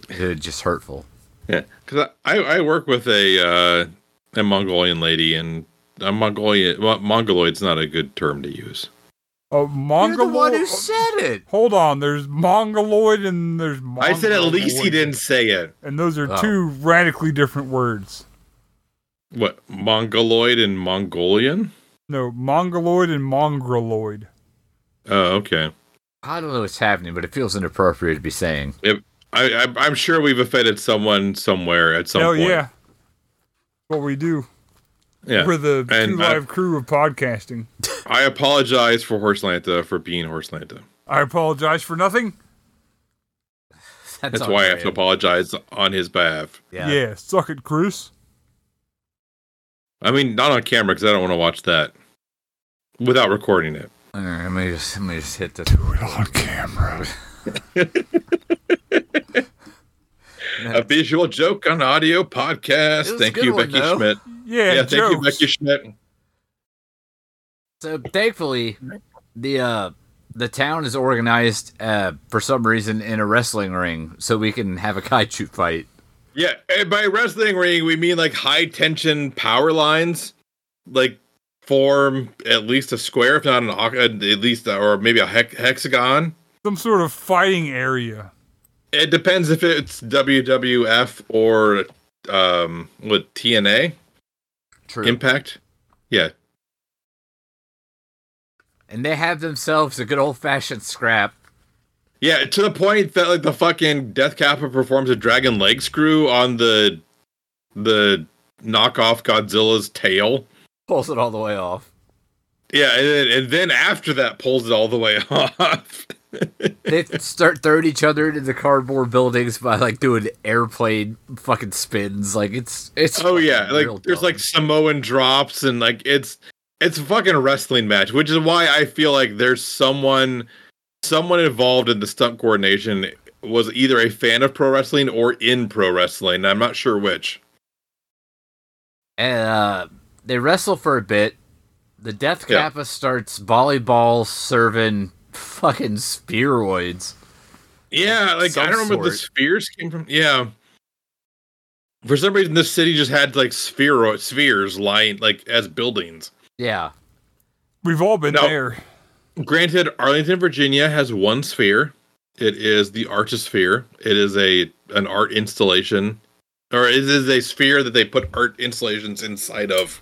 to just hurtful. Yeah, because I, I work with a uh, a Mongolian lady, and a Mongolian well, mongoloid's not a good term to use. Oh, mongoloid. You're the one who said it. Hold on, there's mongoloid and there's. Mongoloid. I said at least he didn't say it. And those are Oh. two radically different words. What mongoloid and Mongolian? No, mongoloid and mongroloid. Oh, okay. I don't know what's happening, but it feels inappropriate to be saying. I, I I'm sure we've offended someone somewhere at some Hell point. yeah. What we do. yeah. We're the And two I- live crew of podcasting. I apologize for Horselanta for being Horselanta. I apologize for nothing. That's, That's all why I have to said. apologize on his behalf. Yeah. yeah suck it, Chris. I mean, not on camera because I don't want to watch that without recording it. All right, let me just let me just hit this. Put it on camera. A visual joke on audio It podcast. was Thank a good you, one, Becky though. Schmidt. Yeah, Yeah, thank you, jokes. Becky Schmidt. So thankfully, the uh, the town is organized uh, for some reason in a wrestling ring, so we can have a kaiju fight. Yeah, and by wrestling ring we mean like high tension power lines, like form at least a square, if not an oc- uh, at least or maybe a hex- hexagon. Some sort of fighting area. It depends if it's WWF or um what TNA True. Impact. Yeah, and they have themselves a good old fashioned scrap. yeah. To the point that like the fucking Death Kappa performs a dragon leg screw on the the knockoff Godzilla's tail. Pulls it all the way off. Yeah, and then, and then after that pulls it all the way off. Oh, They start throwing each other into the cardboard buildings by like doing airplane fucking spins. Like it's it's Oh yeah, fucking like real there's dumb. like Samoan drops and like it's it's a fucking wrestling match, which is why I feel like there's someone someone involved in the stunt coordination was either a fan of pro wrestling or in pro wrestling. I'm not sure which. and uh, they wrestle for a bit. The Death Yeah. Kappa starts volleyball serving fucking spheroids. Yeah, like I Some don't remember if the sort. spheres came from. Yeah. For some reason this city just had like sphere spheres lying like as buildings. Yeah, We've all been No. there. Granted, Arlington, Virginia has one sphere. It is the Artisphere. It is a an art installation, or it is a sphere that they put art installations inside of.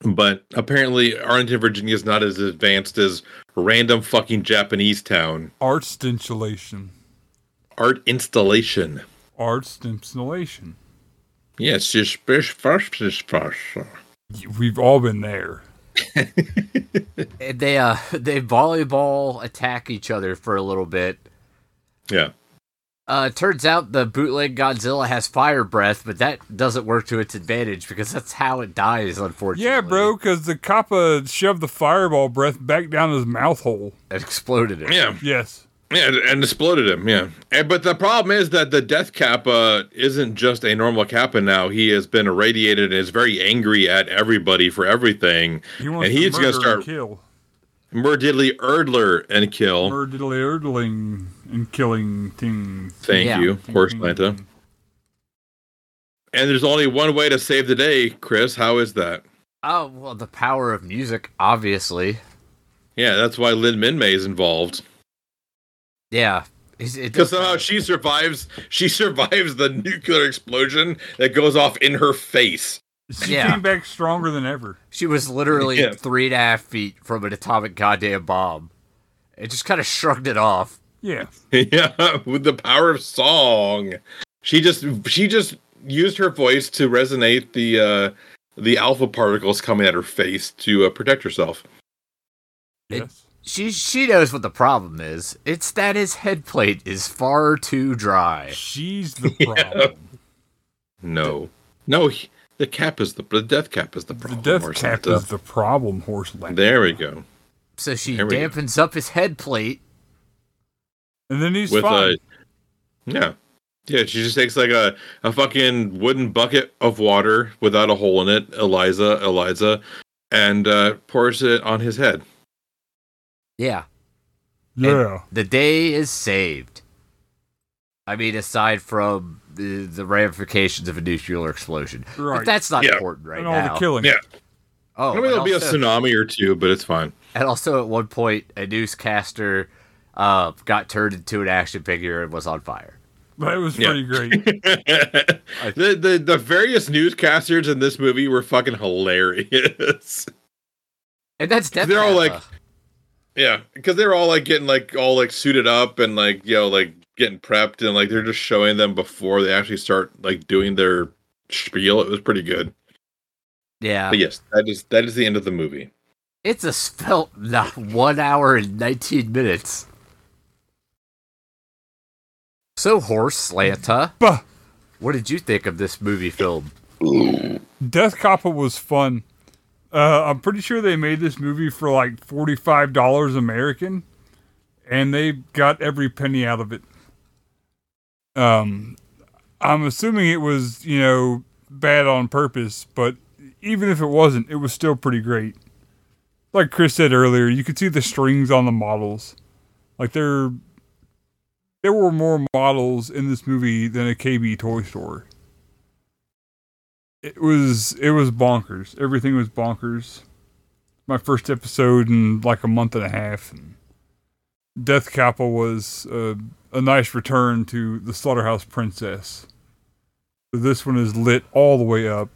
But apparently, Arlington, Virginia is not as advanced as random fucking Japanese town. Arts installation. Art installation. Arts installation. Yes, it's just- We've all been there. and they uh they volleyball attack each other for a little bit. yeah. Uh, turns out the bootleg Godzilla has fire breath, but that doesn't work to its advantage because that's how it dies, unfortunately. Yeah, bro, because the coppa shoved the fireball breath back down his mouth hole. It exploded it. Yeah. Yes. Yeah, and- and exploded him. Yeah, and, but the problem is that the Death Kappa isn't just a normal Kappa now. He has been irradiated and is very angry at everybody for everything. He wants and he's to gonna murder start and kill. murdiddly erdler and kill. Murderly erdling and killing things. Thank Yeah. you, Horse Mm-hmm. Lanta. And there's only one way to save the day, Chris. How is that? Oh well, the power of music, obviously. Yeah, that's why Lin Min May is involved Yeah, It's- it because uh, does- somehow she survives. She survives the nuclear explosion that goes off in her face. She Yeah. came back stronger than ever. she was literally Yeah. three and a half feet from an atomic goddamn bomb. It just kind of shrugged it off. Yeah. yeah, with the power of song. She just she just used her voice to resonate the uh the alpha particles coming at her face to uh, protect herself. It- Yes. She she knows what the problem is. It's that his head plate is far too dry. She's the problem. No. No, he- the cap is the the death cap is the The problem. or death cap something. is the problem, horse Lanta. There we go. So she There we go. dampens up his head plate. And then he's With fine. a Yeah. Yeah, she just takes like a, a fucking wooden bucket of water without a hole in it, Eliza, Eliza, and uh, pours it on his head. Yeah, yeah. the day is saved. I mean, aside from the, the ramifications of a nuclear explosion, but Right. that's not Yeah. important right and all now. the killing. Yeah. oh, I mean, and there'll be a also- tsunami or two, but it's fine. And also, at one point, a newscaster uh, got turned into an action figure and was on fire. That was Yeah. pretty great. the, the the various newscasters in this movie were fucking hilarious. And that's definitely They're all like- yeah, because they're all like getting like all like suited up and like you know like getting prepped and like they're just showing them before they actually start like doing their spiel. It was pretty good. yeah, But yes, that is that is the end of the movie. it's a spelt not one hour and nineteen minutes. So, horse Slanta, Bah. what did you think of this movie film? Death Coppa was fun. Uh, I'm pretty sure they made this movie for like $45 American, and they got every penny out of it. Um, I'm assuming it was, you know, bad on purpose, but even if it wasn't, it was still pretty great. Like Chris said earlier, you could see the strings on the models. Like there, there were more models in this movie than a KB toy store it was it was bonkers. Everything was bonkers. My first episode in like a month and a half. And Death Kappa was uh, a nice return to the Slaughterhouse Princess. So this one is lit all the way up.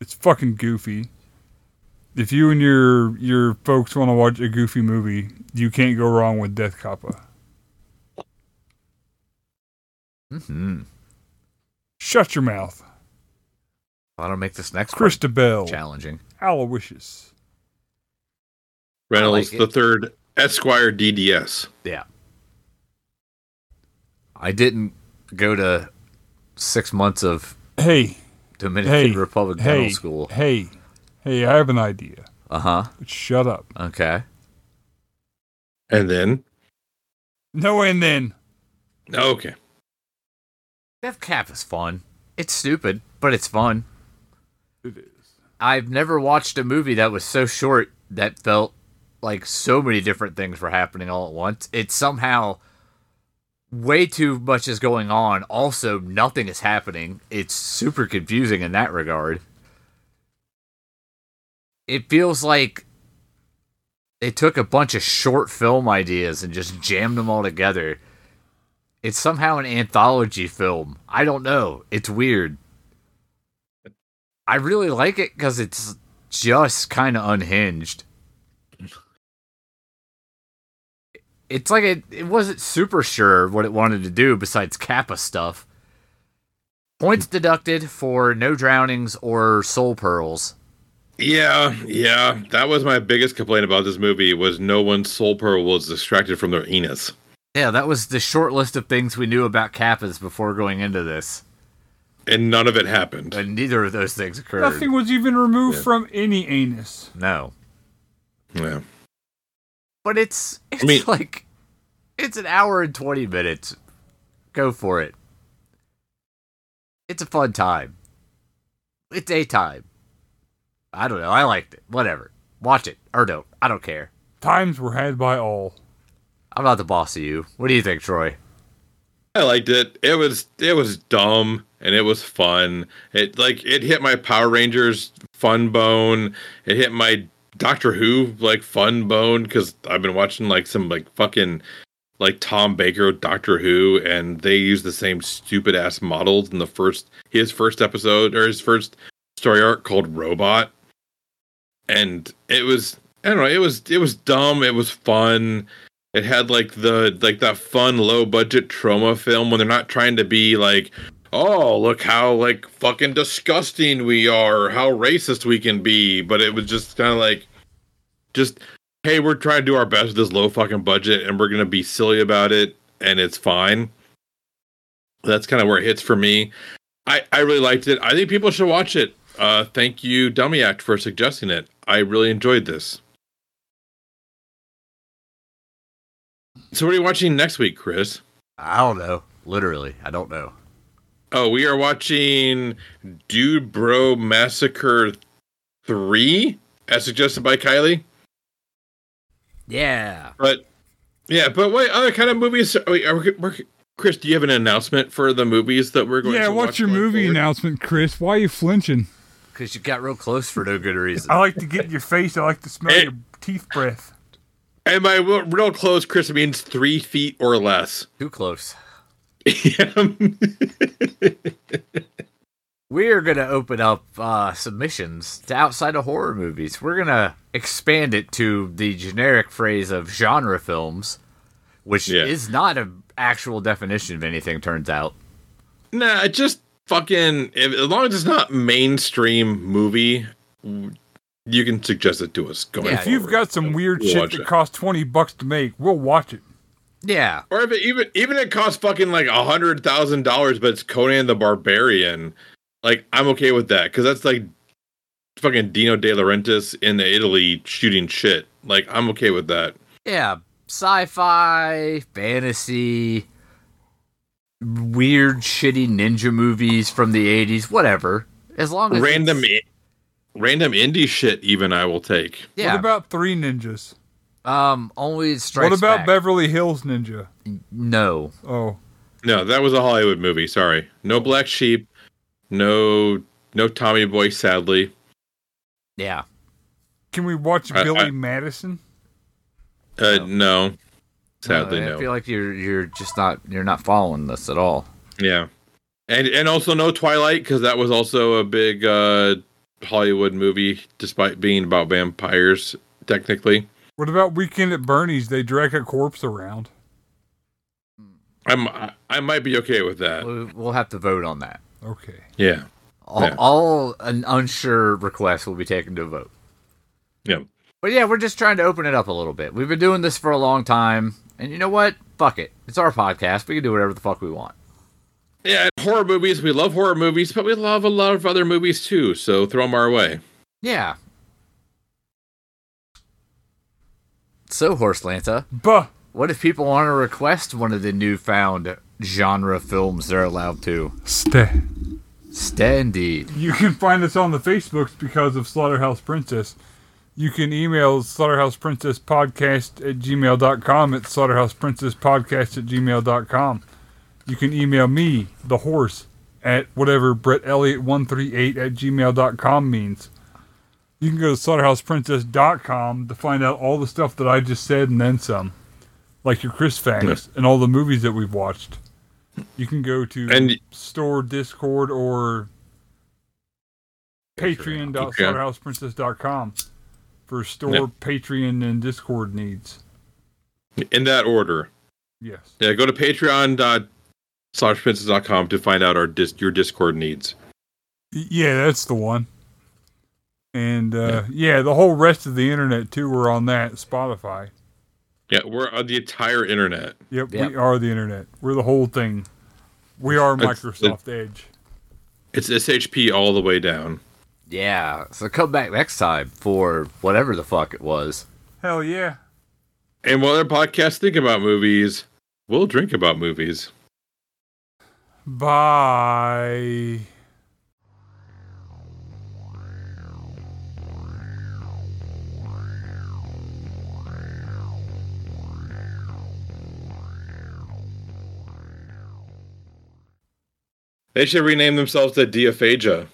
It's fucking goofy. If you and your your folks want to watch a goofy movie, you can't go wrong with Death Kappa. Hmm. Shut your mouth, That'll make this next part Christabel, challenging. Aloysius. Reynolds like it. the third Esquire DDS. Yeah. I didn't go to six months of Hey, Dominican hey, Republic hey, dental school. Hey, hey, I have an idea. Uh huh. But shut up. Okay. And then No, and then okay. Death Cap is fun. It's stupid, but it's fun. it is. I've never watched a movie that was so short that felt like so many different things were happening all at once. It's somehow way too much is going on. Also, nothing is happening. It's super confusing in that regard. It feels like they took a bunch of short film ideas and just jammed them all together. It's somehow an anthology film. I don't know. It's weird. I really like it because it's just kind of unhinged. It's like it, it wasn't super sure what it wanted to do besides Kappa stuff. Points deducted for no drownings or soul pearls. Yeah, yeah. That was my biggest complaint about this movie was no one's soul pearl was distracted from their enos. Yeah, that was the short list of things we knew about Kappas before going into this. And none of it happened. And neither of those things occurred. Nothing was even removed Yeah. from any anus. No. Yeah. But it's it's mean- like it's an hour and twenty minutes. Go for it. It's a fun time. It's a time. I don't know. I liked it. Whatever. Watch it or don't. I don't care. Times were had by all. I'm not the boss of you. What do you think, Troy? I liked it. It was it was dumb and it was fun. It like it hit my Power Rangers fun bone. It hit my Doctor Who like fun bone because I've been watching like some like fucking like Tom Baker Doctor Who and they use the same stupid ass models in the first his first episode or his first story arc called Robot. And it was I don't know, it was it was dumb, it was fun it had like the like that fun low budget trauma film when they're not trying to be like oh look how like fucking disgusting we are or how racist we can be but it was just kind of like just hey we're trying to do our best with this low fucking budget and we're gonna be silly about it and it's fine that's kind of where it hits for me i i really liked it i think people should watch it uh thank you dummy act for suggesting it i really enjoyed this so what are you watching next week chris I don't know. Literally, I don't know. Oh, we are watching Dude Bro Massacre 3 as suggested by Kylie. Yeah. But yeah, but what other kind of movies are we, are we, we're- Chris, do you have an announcement for the movies that we're going yeah, to what's watch your going movie forward? announcement, Chris? Why are you flinching? Because you got real close for no good reason. I like to get in your face. I like to smell Hey. your teeth breath. And by real real close, Chris means three feet or less. Too close. Yeah. we are going to open up uh, submissions to outside of horror movies. We're going to expand it to the generic phrase of genre films, which Yeah. is not an actual definition of anything, turns out. Nah, it just fucking if, as long as it's not mainstream movie, you can suggest it to us. Going Yeah, If you've forward. got some weird We'll shit watch that it. costs 20 bucks to make, we'll watch it. Yeah. Or if it even even it costs fucking like a hundred thousand dollars, but it's Conan the Barbarian, like I'm okay with that because that's like fucking Dino De Laurentiis in Italy shooting shit. Like I'm okay with that. Yeah. Sci fi, fantasy, weird, shitty ninja movies from the 80s, whatever. As long as. it's- Random, i- random indie shit. Even I will take. Yeah. What about Three Ninjas? um, only strikes what about Back. Beverly Hills Ninja? no. Oh, No, that was a Hollywood movie. Sorry, no Black Sheep, no no Tommy Boy. Sadly, Yeah. can we watch I- Billy I- Madison? uh, No. no, sadly I no. feel like you're you're just not you're not following this at all. Yeah. And and also no Twilight cuz that was also a big uh Hollywood movie despite being about vampires technically. What about Weekend at Bernie's? They drag a corpse around. I'm I, I might be okay with that. We- We'll have to vote on that. Okay. Yeah. All, Yeah. all an unsure request will be taken to a vote. Yeah. But yeah, we're just trying to open it up a little bit. We've been doing this for a long time, and you know what? Fuck it. It's our podcast. We can do whatever the fuck we want. Yeah, and horror movies. We love horror movies, but we love a lot of other movies too. So throw them our way. Yeah. So, Horse Lanta, Bah. what if people want to request one of the newfound genre films they're allowed to? Stay. Stay indeed. You can find us on the Facebooks because of Slaughterhouse Princess. You can email slaughterhouseprincesspodcast at gmail.com at slaughterhouseprincesspodcast at gmail.com. You can email me, the horse, at whatever Brett Elliott138 at gmail.com means. You can go to slaughterhouseprincess.com to find out all the stuff that I just said and then some, like your Chris facts and all the movies that we've watched. You can go to And- store Discord or patreon.slaughterhouseprincess.com for store Yep. Patreon and Discord needs. In that order. Yes. Yeah, go to patreon.com to find out our dis- your Discord needs. Y- Yeah, that's the one. And uh, yeah. the whole rest of the internet too. We're on that Spotify. Yeah, we're on the entire internet. Yep, Yep. we are the internet. We're the whole thing. We are It's- Microsoft Edge. It's SHP all the way down. Yeah. So come back next time for whatever the fuck it was. Hell yeah. And while other podcasts think about movies, we'll drink about movies. Bye. They should rename themselves to Diaphagia.